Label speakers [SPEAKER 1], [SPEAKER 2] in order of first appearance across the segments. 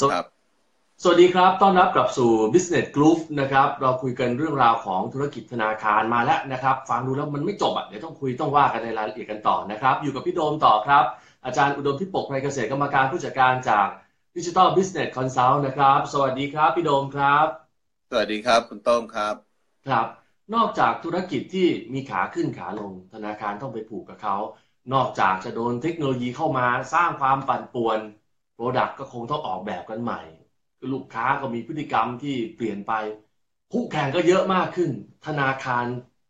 [SPEAKER 1] สวัสดีครับ สวัสดีครับ ต้อนรับกลับสู่ Business Group นะครับ เราคุยกันเรื่องราวของธุรกิจธนาคารมาแล้วนะครับ ฟังดูแล้วมันไม่จบอ่ะ เดี๋ยวต้องคุยต้องว่ากันในรายละเอียดกันต่อนะครับ อยู่กับพี่โดมต่อครับ อาจารย์อุดมทิพย์ปกไพรเกษตรกรรมการผู้จัดการจาก Digital Business Consult นะครับ สวัสดีครับ พี่โดมครับ
[SPEAKER 2] สวัสดีครับ คุณต้อมครับ
[SPEAKER 1] ครับ นอกจากธุรกิจที่มีขาขึ้นขาลง ธนาคารต้องไปผูกกับเขา นอกจากจะโดนเทคโนโลยีเข้ามาสร้างความปั่นป่วนโปรดักต์ก็คงต้องออกแบบกันใหม่ ลูกค้าก็มีพฤติกรรมที่เปลี่ยนไปคู่แข่งก็เยอะมากขึ้น ธนาคาร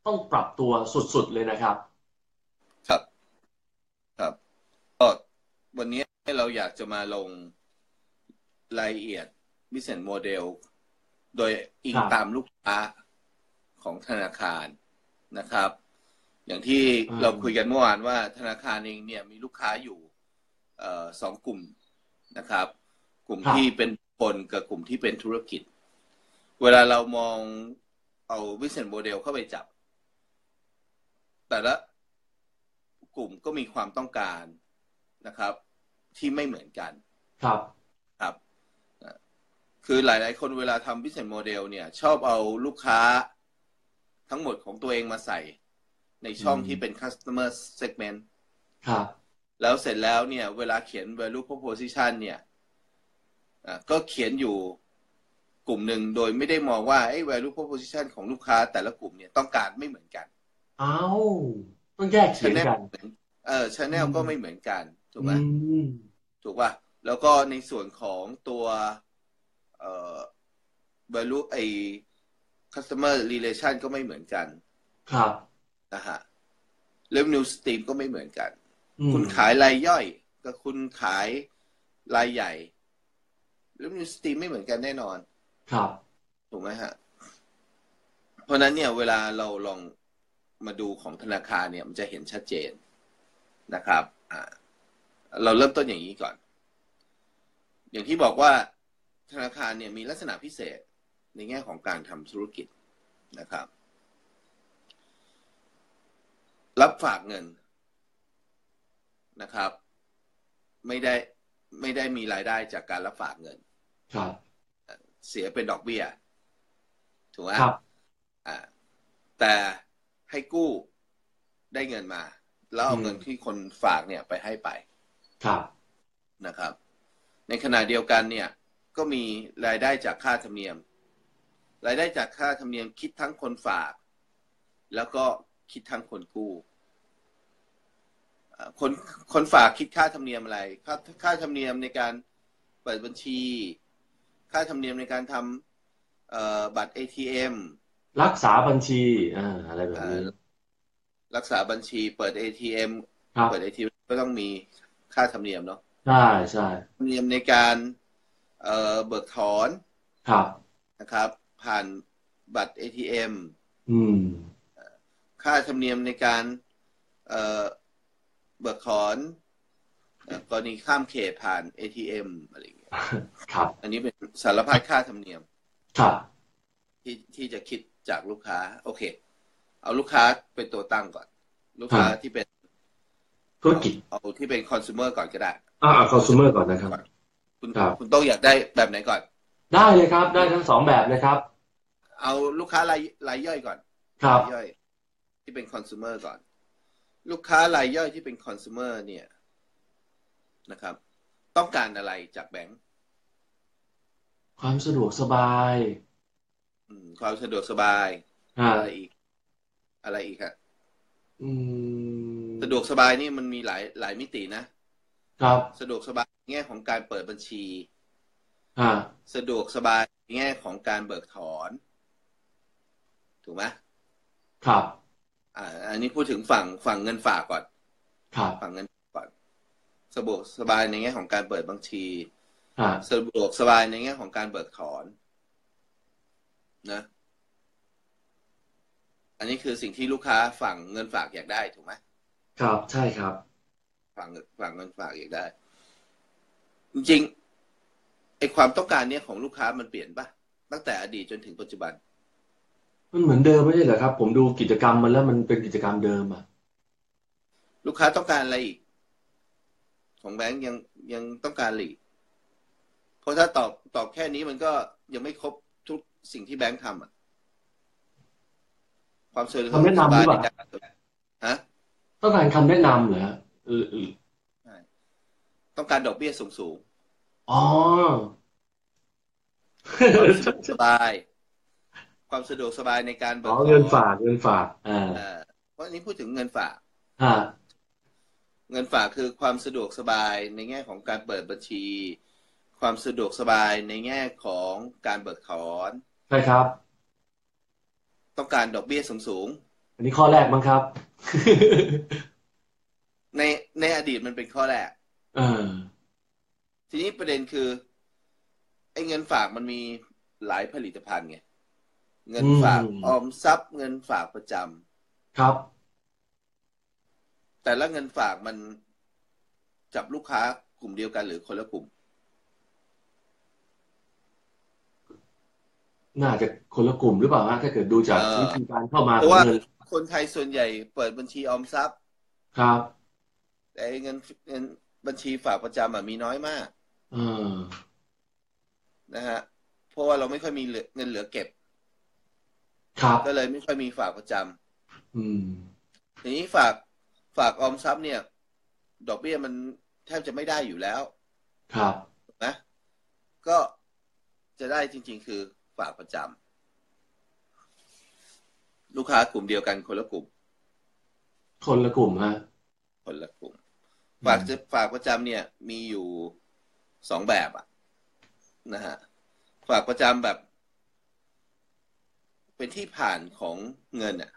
[SPEAKER 1] ต้องปรับตัวสุดๆเลยนะครับ
[SPEAKER 2] ครับ ครับก็วันนี้เราอยากจะมาลงรายละเอียด business model โดยอิง
[SPEAKER 1] ครับ
[SPEAKER 2] ตามลูกค้าของธนาคารนะครับ อย่างที่
[SPEAKER 1] อืม
[SPEAKER 2] เราคุยกันเมื่อวานว่าธนาคารเองเนี่ยมีลูกค้าอยู่เออสองกลุ่มนะครับ กลุ่มที่เป็นคนกับกลุ่มที่เป็นธุรกิจ เวลาเรามองเอา business model เข้าไปจับ แต่ละกลุ่มก็มีความต้องการนะครับ ที่ไม่เหมือนกัน
[SPEAKER 1] ครับ
[SPEAKER 2] ครับอ่ะคือหลาย ๆ คนเวลาทำ business model เนี่ย ชอบเอาลูกค้าทั้งหมดของตัวเองมาใส่ ในช่อง
[SPEAKER 1] อืม
[SPEAKER 2] ที่เป็น customer segment
[SPEAKER 1] ครับ
[SPEAKER 2] แล้วเสร็จแล้วเนี่ย เวลาเขียน value proposition เนี่ยอ่ะก็เขียนอยู่กลุ่มหนึ่งโดยไม่ได้มองว่าไอ้ value proposition ของลูกค้าแต่ละกลุ่มเนี่ยต้องการไม่เหมือนกัน
[SPEAKER 1] เอาต้องแยกเขียน
[SPEAKER 2] channel
[SPEAKER 1] กัน
[SPEAKER 2] เออ channel ก็ไม่เหมือนกันถูกไหม
[SPEAKER 1] อืม
[SPEAKER 2] ถูกป่ะ แล้วก็ในส่วนของตัวเอ่อ value ไอ้ customer relation ก็ไม่เหมือนกัน
[SPEAKER 1] ครับ
[SPEAKER 2] นะฮะ revenue stream ก็ไม่เหมือนกัน
[SPEAKER 1] อืม
[SPEAKER 2] คุณขายรายย่อยกับคุณขายรายใหญ่ revenue stream ไม่เหมือนกันแน่นอน
[SPEAKER 1] ครับ
[SPEAKER 2] ถูกไหมฮะ เพราะฉะนั้นเนี่ยเวลาเราลองมาดูของธนาคารเนี่ยมันจะเห็นชัดเจนนะครับอ่าเราเริ่มต้นอย่างนี้ก่อน อย่างที่บอกว่าธนาคารเนี่ยมีลักษณะพิเศษในแง่ของการทำธุรกิจนะครับ รับฝากเงินนะครับ ไม่ได้ไม่ได้มีรายได้จากการรับฝากเงิน
[SPEAKER 1] ครับ
[SPEAKER 2] เสียเป็นดอกเบี้ย ถูกไหม
[SPEAKER 1] ครับ
[SPEAKER 2] อ่า แต่ให้กู้ได้เงินมา แล้วเอาเงินที่คนฝากเนี่ยไปให้ไป
[SPEAKER 1] ครับ
[SPEAKER 2] นะครับ ในขณะเดียวกันเนี่ย ก็มีรายได้จากค่าธรรมเนียม รายได้จากค่าธรรมเนียมคิดทั้งคนฝาก แล้วก็คิดทั้งคนกู้อ่าคนคนฝากคิดค่าธรรมเนียมอะไร ค่าค่าธรรมเนียมในการเปิดบัญชี ค่าธรรมเนียมในการทำเอ่อบัตร ATM
[SPEAKER 1] รักษาบัญชีอ่าอะไรแบบนี้
[SPEAKER 2] เอ่อ รักษาบัญชีเปิด ATM
[SPEAKER 1] ครับ
[SPEAKER 2] เปิด ATM ก็ต้องมีค่าธรรมเนียมเนาะ
[SPEAKER 1] ใช่ใช่
[SPEAKER 2] ธรรมเนียมในการเอ่อเบิกถอน
[SPEAKER 1] ครับ
[SPEAKER 2] นะครับ ผ่านบัตร ATM
[SPEAKER 1] อืม
[SPEAKER 2] ค่าธรรมเนียมในการเอ่อเบิกถอนเอ่อกรณีข้ามเขตผ่าน ATM อะไรอย่างเงี้ย
[SPEAKER 1] ครับ
[SPEAKER 2] อันนี้เป็นสารพัดค่าธรรมเนียม
[SPEAKER 1] ครับ
[SPEAKER 2] ที่ที่จะคิดจากลูกค้า โอเค เอาลูกค้าเป็นตัวตั้งก่อน ลูกค้าที่เป็น
[SPEAKER 1] ธุรกิจ
[SPEAKER 2] เอาที่เป็นคอน sumer ก่อนก็ได้
[SPEAKER 1] อ่าคอน sumer ก่อนนะครับ
[SPEAKER 2] คุณ
[SPEAKER 1] ครับ
[SPEAKER 2] คุณต้องอยากได้แบบไหนก่อน
[SPEAKER 1] ได้เลยครับ ได้ทั้งสองแบบเลยครับ
[SPEAKER 2] เอาลูกค้ารายรายย่อยก่อน
[SPEAKER 1] ครับ
[SPEAKER 2] รายย่อย ที่เป็นคอน sumer ก่อน ลูกค้ารายย่อยที่เป็นคอน sumer เนี่ยนะครับ ต้องการอะไรจากแบงก์
[SPEAKER 1] ความสะดวกสบาย
[SPEAKER 2] อืมความสะดวกสบาย
[SPEAKER 1] อ่า
[SPEAKER 2] อะไรอีก อะไรอีกฮะ
[SPEAKER 1] อืม
[SPEAKER 2] สะดวกสบายนี่มันมีหลายหลายมิตินะ
[SPEAKER 1] ครับ
[SPEAKER 2] สะดวกสบายในแง่ของการเปิดบัญชี
[SPEAKER 1] อ่า
[SPEAKER 2] สะดวกสบายในแง่ของการเบิกถอน ถูกไหม
[SPEAKER 1] ครับ
[SPEAKER 2] อ่า อันนี้พูดถึงฝั่งฝั่งเงินฝากก่อน
[SPEAKER 1] ครับ
[SPEAKER 2] ฝั่งเงินฝากก่อน สะดวกสบายในแง่ของการเปิดบัญชี
[SPEAKER 1] อ่า
[SPEAKER 2] สะดวกสบายในแง่ของการเบิกถอนนะ อันนี้คือสิ่งที่ลูกค้าฝั่งเงินฝากอยากได้ถูกไหม
[SPEAKER 1] ครับใช่ครับ
[SPEAKER 2] ฝั่งฝั่งเงินฝากอยากได้ จริงๆไอความต้องการเนี้ยของลูกค้ามันเปลี่ยนปะตั้งแต่อดีตจนถึงปัจจุบัน
[SPEAKER 1] มันเหมือนเดิมไม่ใช่เหรอครับ ผมดูกิจกรรมมันแล้วมันเป็นกิจกรรมเดิมอ่ะ
[SPEAKER 2] ลูกค้าต้องการอะไรอีก ของแบงก์ยังยังต้องการอะไรอีก เพราะถ้าตอบตอบแค่นี้มันก็ยังไม่ครบทุกสิ่งที่แบงค์ทำอะความสวย
[SPEAKER 1] คำแนะนำหรือเปล่า
[SPEAKER 2] ในการฮะ
[SPEAKER 1] ต้องการคำแนะนำเหรอเออเออ
[SPEAKER 2] ต้องการดอกเบี้ยสูงสูง
[SPEAKER 1] อ๋อ
[SPEAKER 2] ๆความสะดวกสบาย ความสะดวกสบายในการเบิก
[SPEAKER 1] อ๋อเงินฝากเงินฝากอ่า
[SPEAKER 2] เอ่อเพราะอันนี้พูดถึงเงินฝาก
[SPEAKER 1] ฮะ
[SPEAKER 2] เงินฝากคือความสะดวกสบายในแง่ของการเปิดบัญชี ความสะดวกสบายในแง่ของการเบิกถอน
[SPEAKER 1] ใช่ครับ
[SPEAKER 2] ต้องการดอกเบี้ยสูงสูง
[SPEAKER 1] อันนี้ข้อแรกมั้งครับ
[SPEAKER 2] ๆในในอดีตมันเป็นข้อแรก
[SPEAKER 1] เออ
[SPEAKER 2] ทีนี้ประเด็นคือไอ้เงินฝากมันมีหลายผลิตภัณฑ์ไงเงินฝาก
[SPEAKER 1] อืม
[SPEAKER 2] ออมทรัพย์ เงินฝากประจำ
[SPEAKER 1] ครับ
[SPEAKER 2] แต่ละเงินฝากมันจับลูกค้ากลุ่มเดียวกันหรือคนละกลุ่ม
[SPEAKER 1] น่าจะคนละกลุ่มหรือเปล่าฮะถ้าเกิดดูจาก
[SPEAKER 2] เออ
[SPEAKER 1] วิธีการเข้ามา
[SPEAKER 2] เพ
[SPEAKER 1] ขอ
[SPEAKER 2] ราะ
[SPEAKER 1] ง
[SPEAKER 2] ว่า
[SPEAKER 1] เงิน
[SPEAKER 2] คนไทยส่วนใหญ่เปิดบัญชีออมทรัพย์
[SPEAKER 1] ครับ
[SPEAKER 2] แต่ไอ้เงินเงินบัญชีฝากประจำอะมีน้อยมาก
[SPEAKER 1] เออ
[SPEAKER 2] นะฮะเพราะว่าเราไม่ค่อยมีเหลือเงินเหลือเก็บ
[SPEAKER 1] ครับ
[SPEAKER 2] ก็เลยไม่ค่อยมีฝากประจำ
[SPEAKER 1] อืม
[SPEAKER 2] ทีนี้ฝากฝากออมทรัพย์เนี่ย ดอกเบี้ยมันแทบจะไม่ได้อยู่แล้ว
[SPEAKER 1] ครับ
[SPEAKER 2] นะก็จะได้จริง ๆ คือฝากประจำลูกค้ากลุ่มเดียวกันคนละกลุ่ม
[SPEAKER 1] คนละกลุ่มฮะ
[SPEAKER 2] คนละกลุ่ม
[SPEAKER 1] อืม
[SPEAKER 2] ฝากจะฝากประจำเนี่ย มีอยู่สองแบบอะนะฮะฝากประจำแบบ เป็นที่ผ่านของเงินอะ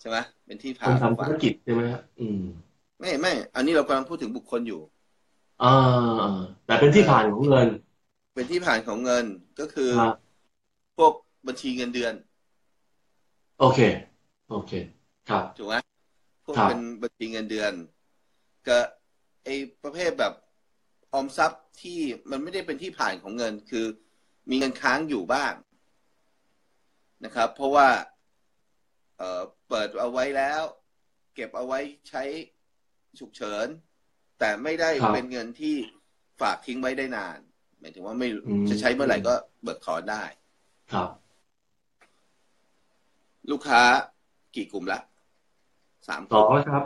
[SPEAKER 2] ใช่ไหมเป็นที่
[SPEAKER 1] ค
[SPEAKER 2] ผ่าน น
[SPEAKER 1] ทำธุรกิจใช่ไหมฮะอืม
[SPEAKER 2] ไม่ไม่อันนี้เรากำลังพูดถึงบุคคลอยู่
[SPEAKER 1] อ่าแต่เป็นที่ผ่านของเงิน
[SPEAKER 2] เป็นที่ผ่านของเงินก็คือ
[SPEAKER 1] ครับ
[SPEAKER 2] พวกบัญชีเงินเดือน
[SPEAKER 1] โอเค โอเค ครับ
[SPEAKER 2] ถูกไหมพวก
[SPEAKER 1] ครับ
[SPEAKER 2] เป็นบัญชีเงินเดือนกับไอ้ประเภทแบบออมทรัพย์ที่มันไม่ได้เป็นที่ผ่านของเงิน คือมีเงินค้างอยู่บ้างนะครับ เพราะว่าเอ่อเปิดเอาไว้แล้ว เก็บเอาไว้ใช้ฉุกเฉิน แต่ไม่ได้เป็นเงินที่ฝากทิ้งไว้ได้นานหมายถึงว่าไม่จะใช้เมื่อไหร่ก็เบิกถอนได้
[SPEAKER 1] ครับ
[SPEAKER 2] ลูกค้ากี่กลุ่มละสามก
[SPEAKER 1] ต่อ
[SPEAKER 2] ลุ่ม
[SPEAKER 1] แล้วครับ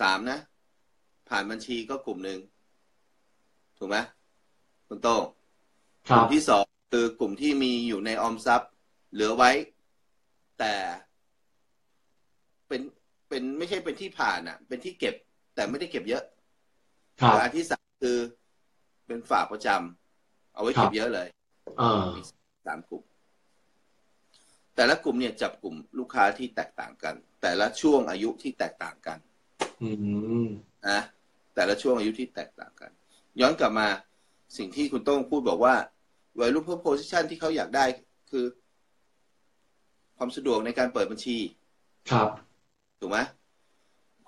[SPEAKER 2] สามนะ ผ่านบัญชีก็กลุ่มหนึ่งถูกไหมคุณโต้ง
[SPEAKER 1] ค
[SPEAKER 2] ก
[SPEAKER 1] รั
[SPEAKER 2] ลุ่
[SPEAKER 1] บ
[SPEAKER 2] มที่สองคือกลุ่มที่มีอยู่ในออมทรัพย์ เหลือไว้ แต่เป็นเป็นไม่ใช่เป็นที่ผ่านอ่ะ เป็นที่เก็บ แต่ไม่ได้เก็บเยอะ
[SPEAKER 1] ครับ
[SPEAKER 2] และอันที่สามคือ เป็นฝากประจำเอาไว้
[SPEAKER 1] ครั
[SPEAKER 2] เก็บบ เยอะเลย
[SPEAKER 1] เออ
[SPEAKER 2] มีสามกลุ่ม แต่ละกลุ่มเนี่ยจับกลุ่มลูกค้าที่แตกต่างกัน แต่ละช่วงอายุที่แตกต่างกัน
[SPEAKER 1] อืม
[SPEAKER 2] นะแต่ละช่วงอายุที่แตกต่างกัน ย้อนกลับมาสิ่งที่คุณโต้องพูดบอกว่าวัยรุ่นเพอโพสิชันที่เขาอยากได้คือ ความสะดวกในการเปิดบัญชี
[SPEAKER 1] ครับ
[SPEAKER 2] ถูกไหม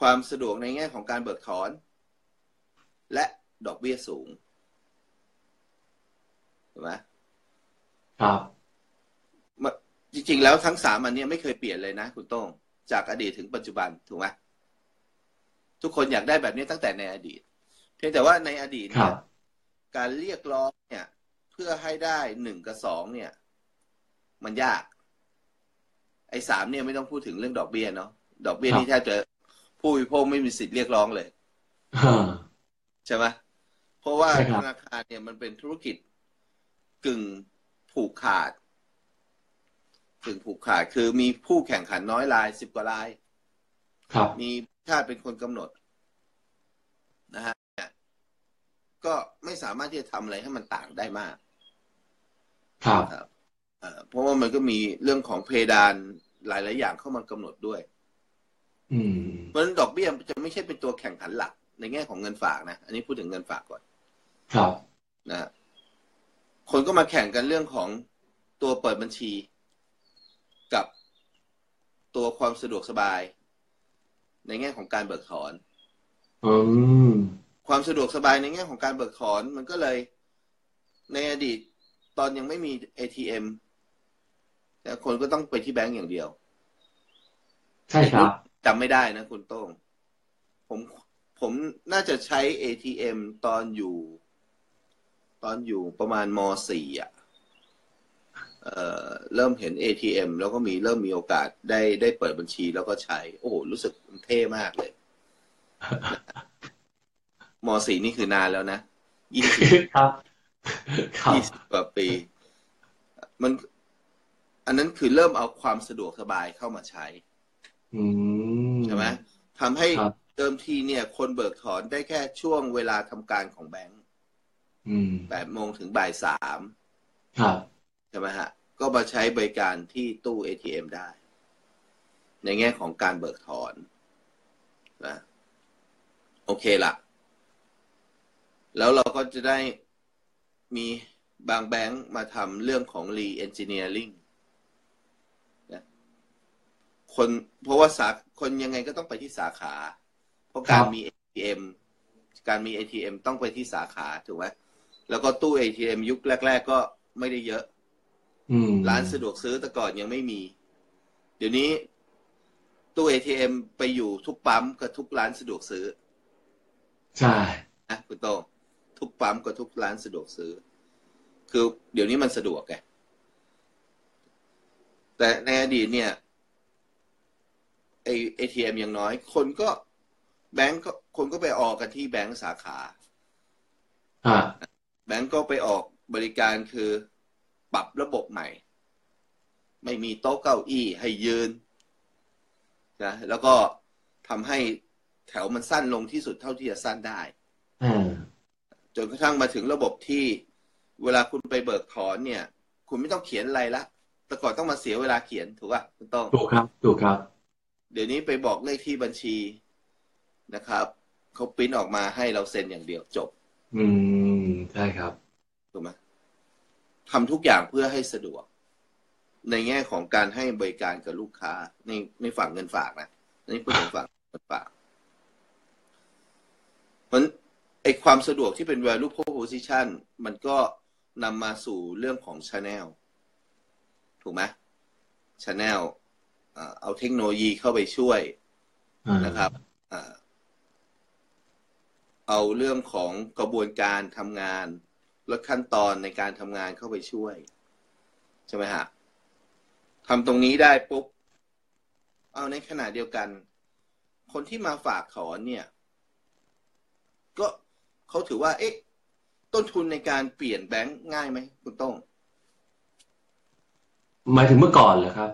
[SPEAKER 2] ความสะดวกในแง่ของการเบิกถอน และดอกเบี้ยสูงถูกไหม
[SPEAKER 1] ครับ
[SPEAKER 2] จริงๆ แล้วทั้งสามอันเนี้ยไม่เคยเปลี่ยนเลยนะคุณโต้งจากอดีตถึงปัจจุบันถูกไหมทุกคนอยากได้แบบนี้ตั้งแต่ในอดีต เพียงแต่ว่าในอดีต
[SPEAKER 1] ครั
[SPEAKER 2] เนี่ย
[SPEAKER 1] บ
[SPEAKER 2] การเรียกร้องเนี่ย เพื่อให้ได้หนึ่งกับสองเนี่ย มันยาก ไอ้สามเนี่ยไม่ต้องพูดถึงเรื่องดอกเบี้ยเนาะดอกเบี้ย
[SPEAKER 1] ครับ
[SPEAKER 2] นี่แทบจะผู้บริโภคไม่มีสิทธิ์เรียกร้องเลย
[SPEAKER 1] เออ
[SPEAKER 2] ใช่ไหมเพราะว่า
[SPEAKER 1] ใช่ครั
[SPEAKER 2] ธ
[SPEAKER 1] บ
[SPEAKER 2] นาคารเนี่ยมันเป็นธุรกิจกึ่งผูกขาด กึ่งผูกขาดคือมีผู้แข่งขันน้อยรายสิบกว่าราย
[SPEAKER 1] ครับ
[SPEAKER 2] มีชาติเป็นคนกำหนดนะฮะก็ไม่สามารถที่จะทำอะไรให้มันต่างได้มาก
[SPEAKER 1] ครับ
[SPEAKER 2] เอ่อเพราะว่ามันก็มีเรื่องของเพดานหลาย ๆ อย่างเข้ามากำหนดด้วย
[SPEAKER 1] อืม
[SPEAKER 2] เพราะฉะนั้นดอกเบี้ยจะไม่ใช่เป็นตัวแข่งขันหลัก ในแง่ของเงินฝากนะ อันนี้พูดถึงเงินฝากก่อน
[SPEAKER 1] ครับ
[SPEAKER 2] นะฮะคนก็มาแข่งกันเรื่องของตัวเปิดบัญชี กับตัวความสะดวกสบาย ในแง่ของการเบิกถอน
[SPEAKER 1] อืม
[SPEAKER 2] ความสะดวกสบายในแง่ของการเบิกถอน มันก็เลยในอดีตตอนยังไม่มี ATM แต่คนก็ต้องไปที่แบงก์อย่างเดียว
[SPEAKER 1] ใช่ ครับ
[SPEAKER 2] จำไม่ได้นะคุณโต้งผมผมน่าจะใช้ ATM ตอนอยู่ ตอนอยู่ประมาณมสี่อ่ะเอ่อเริ่มเห็น ATM แล้วก็มีเริ่มมีโอกาสได้ได้เปิดบัญชีแล้วก็ใช้ โอ้โหรู้สึกเท่มากเลย มสี่นี่คือนานแล้วนะยี่สิบ
[SPEAKER 1] ครับ ครับ
[SPEAKER 2] ยี่สิบกว่าปี มัน อันนั้นคือเริ่มเอาความสะดวกสบายเข้ามาใช้
[SPEAKER 1] อืม
[SPEAKER 2] ใช่ไหมทำให้
[SPEAKER 1] ครับ
[SPEAKER 2] เดิมทีเนี่ย คนเบิกถอนได้แค่ช่วงเวลาทำการของแบงค์
[SPEAKER 1] อืม
[SPEAKER 2] แปดโมงถึงบ่ายสาม
[SPEAKER 1] ครับ
[SPEAKER 2] ใช่ไหมฮะ ก็มาใช้บริการที่ตู้ ATM ได้ ในแง่ของการเบิกถอนนะโอเคละแล้วเราก็จะได้มีบางแบงค์มาทำเรื่องของ re-engineering นะคนเพราะว่าสาคนยังไงก็ต้องไปที่สาขา เพราะการ
[SPEAKER 1] ครับ
[SPEAKER 2] มี ATM การมี ATM ต้องไปที่สาขาถูกไหมแล้วก็ตู้ ATM ยุคแรก ๆ ก็ไม่ได้เยอะ
[SPEAKER 1] อืม
[SPEAKER 2] ร้านสะดวกซื้อแต่ก่อนยังไม่มี เดี๋ยวนี้ตู้ ATM ไปอยู่ทุกปั๊มกับทุกร้านสะดวกซื้อ
[SPEAKER 1] ใช่
[SPEAKER 2] นะคุณโตงทุกปั๊มกับทุกร้านสะดวกซื้อ คือเดี๋ยวนี้มันสะดวกไงแต่ในอดีตเนี่ยไอเอทีเอ็มยังน้อย คนก็แบงก์ก็คนก็ไปออกกันที่แบงก์สาขา
[SPEAKER 1] ฮะ
[SPEAKER 2] แบงก์ก็ไปออกบริการคือปรับระบบใหม่ ไม่มีโต๊ะเก้าอี้ให้ยืนนะแล้วก็ทำให้แถวมันสั้นลงที่สุดเท่าที่จะสั้นได้
[SPEAKER 1] อ่า
[SPEAKER 2] จนกระทั่งมาถึงระบบที่เวลาคุณไปเบิกถอนเนี่ย คุณไม่ต้องเขียนอะไรละแต่ก่อนต้องมาเสียเวลาเขียนถูกป่ะคุณต้อง
[SPEAKER 1] ถูกครับ ถูกครับ
[SPEAKER 2] เดี๋ยวนี้ไปบอกเลขที่บัญชีนะครับเขาปริ้นออกมาให้เราเซ็นอย่างเดียวจบ
[SPEAKER 1] อืม ใช่ครับ
[SPEAKER 2] ถูกไหมทำทุกอย่างเพื่อให้สะดวก ในแง่ของการให้บริการกับลูกค้า ในในฝั่งเงินฝากนะนี่พูดถึงฝั่งเงินฝากเพราะฉะนั้นไอความสะดวกที่เป็น value proposition มันก็นำมาสู่เรื่องของ channel ถูกไหม channel อ่าเอาเทคโนโลยีเข้าไปช่วย
[SPEAKER 1] อ่า
[SPEAKER 2] นะครับอ่าเอาเรื่องของกระบวนการทำงาน ลดขั้นตอนในการทำงานเข้าไปช่วย ใช่ไหมฮะทำตรงนี้ได้ปุ๊บ เอาในขณะเดียวกัน คนที่มาฝากถอนเนี่ย ก็เขาถือว่า เอ๊ะ ต้นทุนในการเปลี่ยนแบงค์ง่ายไหมคุณต้อง
[SPEAKER 1] หมายถึงเมื่อก่อนเหรอครับ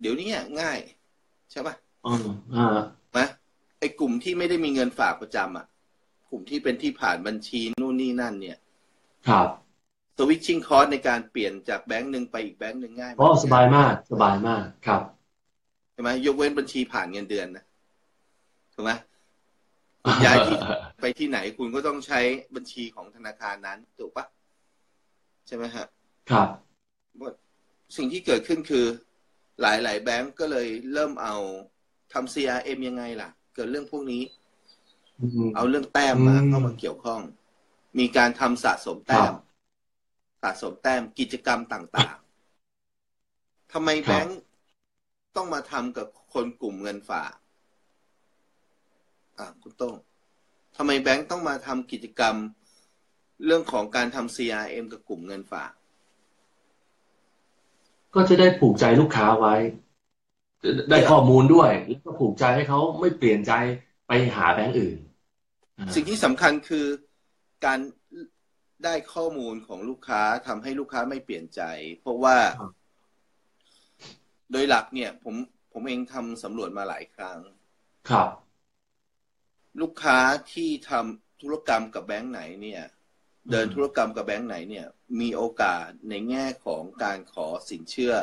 [SPEAKER 2] เดี๋ยวนี้อะง่าย ใช่ปะ
[SPEAKER 1] อ๋ออ่า
[SPEAKER 2] นะไอ้กลุ่มที่ไม่ได้มีเงินฝากประจำอ่ะ กลุ่มที่เป็นที่ผ่านบัญชีนู่นนี่นั่นเนี่ย
[SPEAKER 1] ครับ
[SPEAKER 2] สวิตชิ่งคอร์สในการเปลี่ยนจากแบงก์หนึ่งไปอีกแบงก์หนึ่งง่ายไหม
[SPEAKER 1] อ๋อสบายมาก สบายมาก ครับ
[SPEAKER 2] ใช่ไหมยกเว้นบัญชีผ่านเงินเดือนนะถูกไหม ย้ายที่ ไปที่ไหนคุณก็ต้องใช้บัญชีของธนาคารนั้นถูกปะใช่ไหมฮะ
[SPEAKER 1] ครับ
[SPEAKER 2] สิ่งที่เกิดขึ้นคือ หลาย ๆ แบงก์ก็เลยเริ่มเอาทำ CRM ยังไงล่ะ เกิดเรื่องพวกนี้
[SPEAKER 1] อืม
[SPEAKER 2] เอาเรื่องแต้มมา
[SPEAKER 1] อืม
[SPEAKER 2] เข้ามาเกี่ยวข้อง มีการทำสะสม
[SPEAKER 1] ค
[SPEAKER 2] แต้
[SPEAKER 1] รั
[SPEAKER 2] ม
[SPEAKER 1] บ
[SPEAKER 2] สะสมแต้มกิจกรรมต่างๆทำไม
[SPEAKER 1] ครับ
[SPEAKER 2] แบงค์ต้องมาทำกับคนกลุ่มเงินฝากอ่ะคุณโต้งทำไมแบงค์ต้องมาทำกิจกรรม เรื่องของการทำ CRM กับกลุ่มเงินฝาก
[SPEAKER 1] ก็จะได้ผูกใจลูกค้าไว้ ได้ข้อมูลด้วย แล้วก็ผูกใจให้เขาไม่เปลี่ยนใจไปหาแบงก์อื่นอ่า
[SPEAKER 2] สิ่งที่สำคัญคือการได้ข้อมูลของลูกค้าทำให้ลูกค้าไม่เปลี่ยนใจ เพราะว่า โดยหลักเนี่ย ผมผมเองทำสำรวจมาหลายครั้ง
[SPEAKER 1] ครับ
[SPEAKER 2] ลูกค้าที่ทำธุรกรรมกับแบงก์ไหนเนี่ย เดินธุรกรรมกับแบงก์ไหนเนี่ย มีโอกาสในแง่ของการขอสินเชื่อ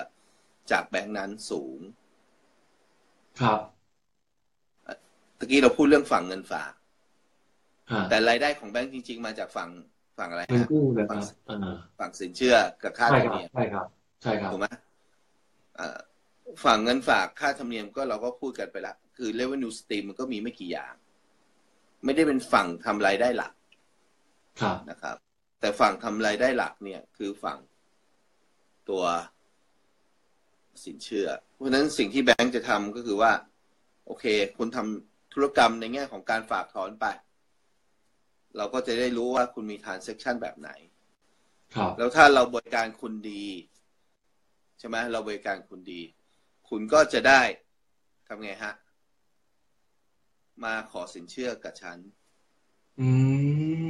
[SPEAKER 2] จากแบงก์นั้นสูง
[SPEAKER 1] ครับ
[SPEAKER 2] ตะกี้เราพูดเรื่องฝั่งเงินฝาก
[SPEAKER 1] ฮะ
[SPEAKER 2] แต่รายได้ของแบงก์จริง ๆ มาจากฝั่งฝั่งอะไร
[SPEAKER 1] เงิน
[SPEAKER 2] ฮะ
[SPEAKER 1] กู้นะครับอ่า
[SPEAKER 2] ฝั่งสินเชื่อกับค่า
[SPEAKER 1] ใช่
[SPEAKER 2] ธ
[SPEAKER 1] ค
[SPEAKER 2] รร
[SPEAKER 1] รับ
[SPEAKER 2] มเนียม
[SPEAKER 1] ใช่ครับ ใช่ครับ
[SPEAKER 2] ถูกไหมเอ่อฝั่งเงินฝากค่าธรรมเนียมก็เราก็พูดกันไปละคือ revenue stream มันก็มีไม่กี่อย่าง ไม่ได้เป็นฝั่งทำรายได้หลัก
[SPEAKER 1] ครับ
[SPEAKER 2] นะครับแต่ฝั่งทำรายได้หลักเนี่ยคือฝั่งตัวสินเชื่อ เพราะฉะนั้นสิ่งที่แบงก์จะทำก็คือว่า โอเค คุณทำธุรกรรมในแง่ของการฝากถอนไป เราก็จะได้รู้ว่าคุณมี transaction แบบไหน
[SPEAKER 1] ครับ
[SPEAKER 2] แล้วถ้าเราบริการคุณดี ใช่ไหมเราบริการคุณดี คุณก็จะได้ทำไงฮะ มาขอสินเชื่อกับฉัน
[SPEAKER 1] อื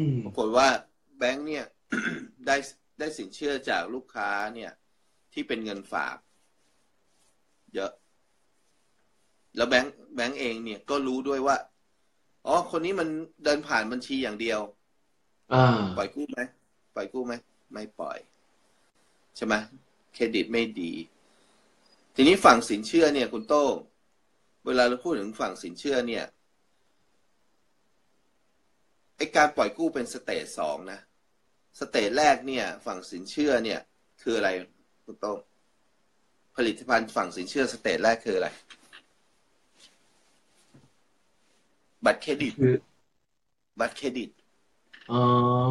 [SPEAKER 1] ม
[SPEAKER 2] ปรากฏว่าแบงค์เนี่ย ได้ได้สินเชื่อจากลูกค้าเนี่ย ที่เป็นเงินฝาก เยอะ แล้วแบงค์แบงค์เองเนี่ยก็รู้ด้วยว่าอ๋อคนนี้มันเดินผ่านบัญชีอย่างเดียว
[SPEAKER 1] อ่า
[SPEAKER 2] ปล่อยกู้ไหมปล่อยกู้ไหมไม่ปล่อย ใช่ไหมเครดิตไม่ดี ทีนี้ฝั่งสินเชื่อเนี่ย คุณโต้งเวลาเราพูดถึงฝั่งสินเชื่อเนี่ยไอการปล่อยกู้เป็นสเตจสองนะสเตจแรกเนี่ย ฝั่งสินเชื่อเนี่ย คืออะไรคุณโต้งผลิตภัณฑ์ฝั่งสินเชื่อสเตจแรกคืออะไร บัตรเครดิต
[SPEAKER 1] คือ
[SPEAKER 2] บัตรเครดิต
[SPEAKER 1] อื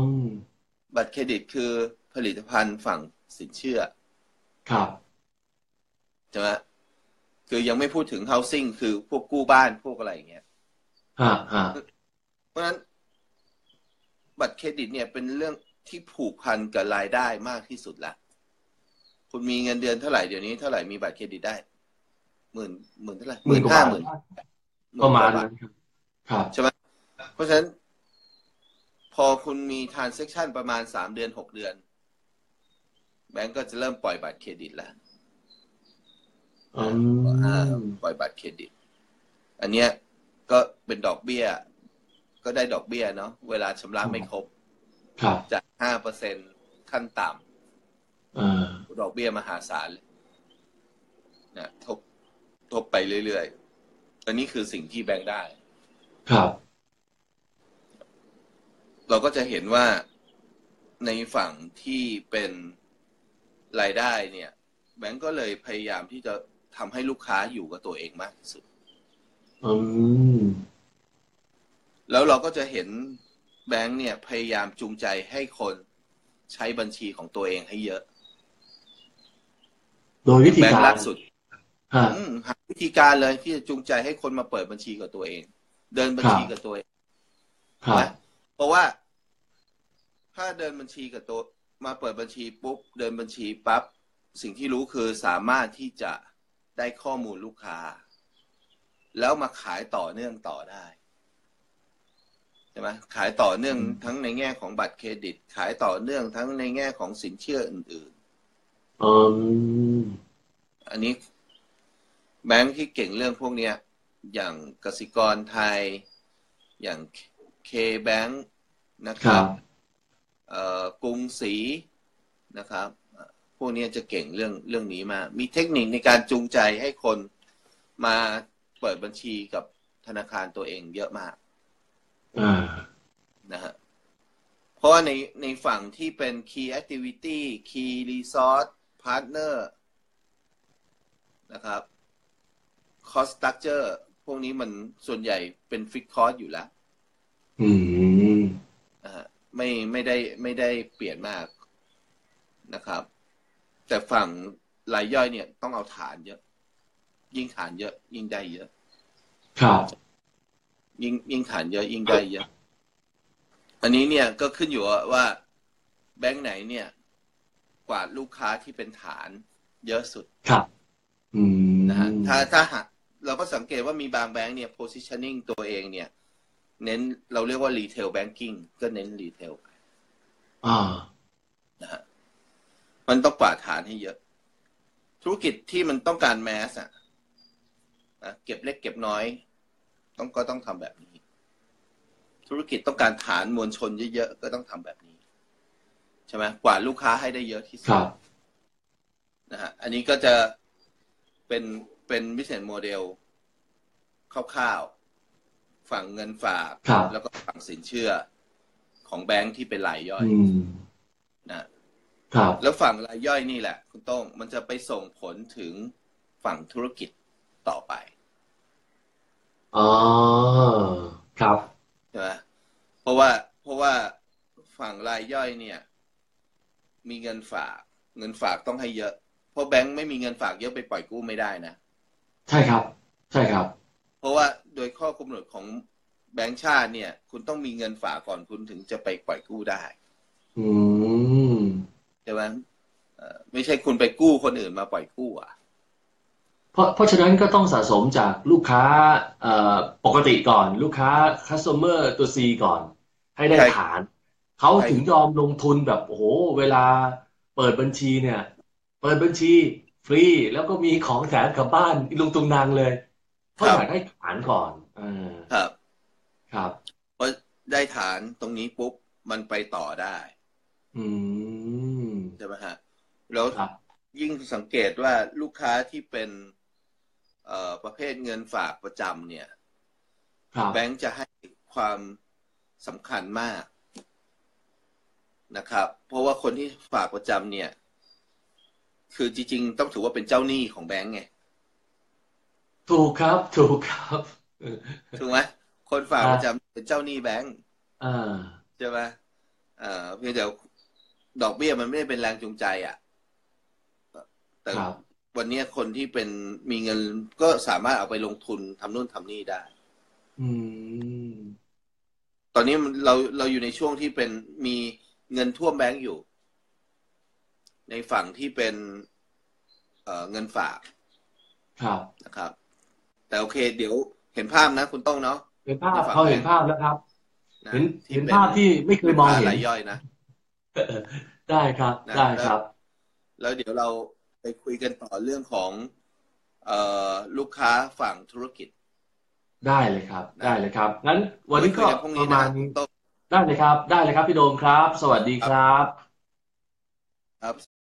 [SPEAKER 1] ม
[SPEAKER 2] บัตรเครดิตคือผลิตภัณฑ์ฝั่งสินเชื่อ
[SPEAKER 1] ครับ
[SPEAKER 2] ใช่ไหมคือยังไม่พูดถึง housing คือพวกกู้บ้านพวกอะไรอย่างเงี้ย
[SPEAKER 1] ฮะฮะ
[SPEAKER 2] เพราะฉะนั้นบัตรเครดิตเนี่ยเป็นเรื่องที่ผูกพันกับรายได้มากที่สุดละ คุณมีเงินเดือนเท่าไหร่เดี๋ยวนี้เท่าไหร่มีบัตรเครดิตได้หมื่นหมื่นเท่าไหร่
[SPEAKER 1] หมื่นกว่า
[SPEAKER 2] ห้า
[SPEAKER 1] บาท
[SPEAKER 2] หมื่น
[SPEAKER 1] ประมาณ
[SPEAKER 2] กว่บ
[SPEAKER 1] นั้นครับ ครับ
[SPEAKER 2] ใช่ไหมเพราะฉะนั้น พอคุณมี transaction ประมาณสามเดือนหกเดือน แบงก์ก็จะเริ่มปล่อยบัตรเครดิตแล้ว
[SPEAKER 1] อื
[SPEAKER 2] อ่าม ปล่อยบัตรเครดิต อันเนี้ยก็เป็นดอกเบี้ย ก็ได้ดอกเบี้ยเนาะเวลาชำระไม่ครบ
[SPEAKER 1] ครับ
[SPEAKER 2] จากห้าเปอร์เซ็นขั้นต่
[SPEAKER 1] เออ
[SPEAKER 2] ำดอกเบี้ยมหาศาลเลยนะทบทบไปเรื่อยๆ อันนี้คือสิ่งที่แบงค์ได้
[SPEAKER 1] ครับ
[SPEAKER 2] เราก็จะเห็นว่าในฝั่งที่เป็นรายได้เนี่ย แบงค์ก็เลยพยายามที่จะทำให้ลูกค้าอยู่กับตัวเองมากที่สุด
[SPEAKER 1] อืม
[SPEAKER 2] แล้วเราก็จะเห็นแบงค์เนี่ยพยายามจูงใจให้คนใช้บัญชีของตัวเองให้เยอะ
[SPEAKER 1] โดยวิธี
[SPEAKER 2] แบง
[SPEAKER 1] กา
[SPEAKER 2] ค์
[SPEAKER 1] ร
[SPEAKER 2] ล่าสุด
[SPEAKER 1] ฮะ
[SPEAKER 2] อืมหาวิธีการเลยที่จะจูงใจให้คนมาเปิดบัญชีกับตัวเอง เดินบัญชีกับตัวเอง
[SPEAKER 1] ครับ
[SPEAKER 2] นะเพราะว่า ถ้าเดินบัญชีกับตัว มาเปิดบัญชีปุ๊บเดินบัญชีปั๊บสิ่งที่รู้คือสามารถที่จะได้ข้อมูลลูกค้า แล้วมาขายต่อเนื่องต่อได้ใช่ไหมขายต่อเนื่อง
[SPEAKER 1] อืม
[SPEAKER 2] ทั้งในแง่ของบัตรเครดิต ขายต่อเนื่องทั้งในแง่ของสินเชื่ออื่น
[SPEAKER 1] อืม
[SPEAKER 2] ๆ อันนี้แบงค์ที่เก่งเรื่องพวกเนี้ย อย่างกสิกรไทย อย่างเคแบงค์นะค
[SPEAKER 1] ครั
[SPEAKER 2] รับ
[SPEAKER 1] บ
[SPEAKER 2] เอ่อกรุงศรีนะครับเอ่อพวกเนี้ยจะเก่งเรื่องเรื่องนี้มาก มีเทคนิคในการจูงใจให้คนมาเปิดบัญชีกับธนาคารตัวเองเยอะมาก
[SPEAKER 1] อ่า
[SPEAKER 2] นะฮะเพราะว่าในในฝั่งที่เป็น Key Activity Key Resource Partner นะครับ Cost Structure พวกนี้มันส่วนใหญ่เป็น Fixed Cost อยู่แล้ว
[SPEAKER 1] อืม
[SPEAKER 2] อ่าไม่ไม่ได้ไม่ได้เปลี่ยนมากนะครับ แต่ฝั่งรายย่อยเนี่ยต้องเอาฐานเยอะ ยิ่งฐานเยอะ ยิ่งได้เยอะ
[SPEAKER 1] ครับ
[SPEAKER 2] ยิ่งยิ่งฐานเยอะ ยิ่งได้เยอะ อันนี้เนี่ยก็ขึ้นอยู่ว่าแบงค์ไหนเนี่ย กว่าดลูกค้าที่เป็นฐานเยอะสุด
[SPEAKER 1] ครับ อืม
[SPEAKER 2] นะฮะถ้าถ้าหากเราก็สังเกตว่ามีบางแบงค์เนี่ย positioning ตัวเองเนี่ย เน้นเราเรียกว่า retail banking ก็เน้น retail
[SPEAKER 1] อ่า
[SPEAKER 2] นะฮะมันต้องกวาดฐานให้เยอะ ธุรกิจที่มันต้องการแมสอะนะเก็บเล็กเก็บน้อย ต้องก็ต้องทำแบบนี้ ธุรกิจต้องการฐานมวลชนเยอะๆก็ต้องทำแบบนี้ ใช่ไหมกวาดลูกค้าให้ได้เยอะที่สุ
[SPEAKER 1] ค
[SPEAKER 2] ด
[SPEAKER 1] รับ
[SPEAKER 2] นะฮะอันนี้ก็จะเป็นเป็นวิสัยโมเดลคร่าวๆฝั่งเงินฝาก
[SPEAKER 1] ครับ
[SPEAKER 2] แล้วก็ฝั่งสินเชื่อของแบงค์ที่เป็นรายย่อย
[SPEAKER 1] อืม
[SPEAKER 2] นะ
[SPEAKER 1] ครับ
[SPEAKER 2] แล้วฝั่งรายย่อยนี่แหละ คุณโต้งมันจะไปส่งผลถึงฝั่งธุรกิจต่อไป
[SPEAKER 1] อ๋อ ครับ
[SPEAKER 2] ใช่ไหมเพราะว่าเพราะว่าฝั่งรายย่อยเนี่ย มีเงินฝาก เงินฝากต้องให้เยอะ เพราะแบงค์ไม่มีเงินฝากเยอะไปปล่อยกู้ไม่ได้นะ
[SPEAKER 1] ใช่ครับ ใช่ครับ
[SPEAKER 2] เพราะว่าโดยข้อกำหนดของแบงค์ชาติเนี่ย คุณต้องมีเงินฝากก่อนคุณถึงจะไปปล่อยกู้ได้
[SPEAKER 1] อืม
[SPEAKER 2] ใช่ไหมเอ่อไม่ใช่คุณไปกู้คนอื่นมาปล่อยกู้อ่ะ
[SPEAKER 1] เพราะเพราะฉะนั้นก็ต้องสะสมจากลูกค้าเอ่อปกติก่อน ลูกค้า customer ตัว C ก่อน ให้ได้
[SPEAKER 2] ใช่
[SPEAKER 1] ฐาน เขา
[SPEAKER 2] ใช่
[SPEAKER 1] ถึงยอมลงทุนแบบโอ้โหเวลาเปิดบัญชีเนี่ย เปิดบัญชีฟรีแล้วก็มีของแถมกลับบ้านลุงตุงนางเลยเขาอยากได้ฐานก่อนเออ
[SPEAKER 2] ครับ
[SPEAKER 1] ครับ
[SPEAKER 2] พอได้ฐานตรงนี้ปุ๊บมันไปต่อได้
[SPEAKER 1] อืม
[SPEAKER 2] ใช่ไหมฮะแล้ว
[SPEAKER 1] ครับ
[SPEAKER 2] ยิ่งสังเกตว่าลูกค้าที่เป็นเอ่อประเภทเงินฝากประจำเนี่ย
[SPEAKER 1] ครับ
[SPEAKER 2] แบงก์จะให้ความสำคัญมากนะครับ เพราะว่าคนที่ฝากประจำเนี่ย คือจริงๆ ต้องถือว่าเป็นเจ้าหนี้ของแบงก์ไง
[SPEAKER 1] ถูกครับ ถูกครับเออ
[SPEAKER 2] ถูกไหมคนฝากประจำเป็นเจ้าหนี้แบงก์
[SPEAKER 1] อ่า
[SPEAKER 2] ใช่ไหมเอ่อเพียงแต่ดอกเบี้ยมันไม่ได้เป็นแรงจูงใจอะ่ะแต่
[SPEAKER 1] ครับ
[SPEAKER 2] วันเนี้ยคนที่เป็นมีเงินก็สามารถเอาไปลงทุนทำนู่นทำนี่ได้
[SPEAKER 1] อืม
[SPEAKER 2] ตอนนี้มันเราเราอยู่ในช่วงที่เป็นมีเงินท่วมแบงก์อยู่ ในฝั่งที่เป็นเอ่อเงินฝาก
[SPEAKER 1] ครับ
[SPEAKER 2] นะครับ แต่โอเค เดี๋ยวเห็นภาพนะคุณต้องเนาะ
[SPEAKER 1] เห็นภาพ
[SPEAKER 2] ในฝั่ง
[SPEAKER 1] เขาเห็น
[SPEAKER 2] แบงค์
[SPEAKER 1] ภาพแล้วครับ
[SPEAKER 2] นะ
[SPEAKER 1] เห็นเห็น
[SPEAKER 2] ป็
[SPEAKER 1] ภาพที่ไม่เคยมองเห็น
[SPEAKER 2] รายย่อยนะ
[SPEAKER 1] ได้ครับ
[SPEAKER 2] นะ
[SPEAKER 1] ได้ครับ
[SPEAKER 2] แล้วเดี๋ยวเราไปคุยกันต่อเรื่องของเอ่อลูกค้าฝั่งธุรกิจ
[SPEAKER 1] ได้เลยครับ ได้เลยครับ งั้นวันนี้ก็
[SPEAKER 2] ไคุยพรุ่ง
[SPEAKER 1] ป
[SPEAKER 2] นี้
[SPEAKER 1] ระ
[SPEAKER 2] นะ
[SPEAKER 1] มาณ
[SPEAKER 2] คุ
[SPEAKER 1] นี้
[SPEAKER 2] ณโต้อง
[SPEAKER 1] ได้เลยครับ ได้เลยครับพี่โดมครับ สวัสดีครับ
[SPEAKER 2] ครับ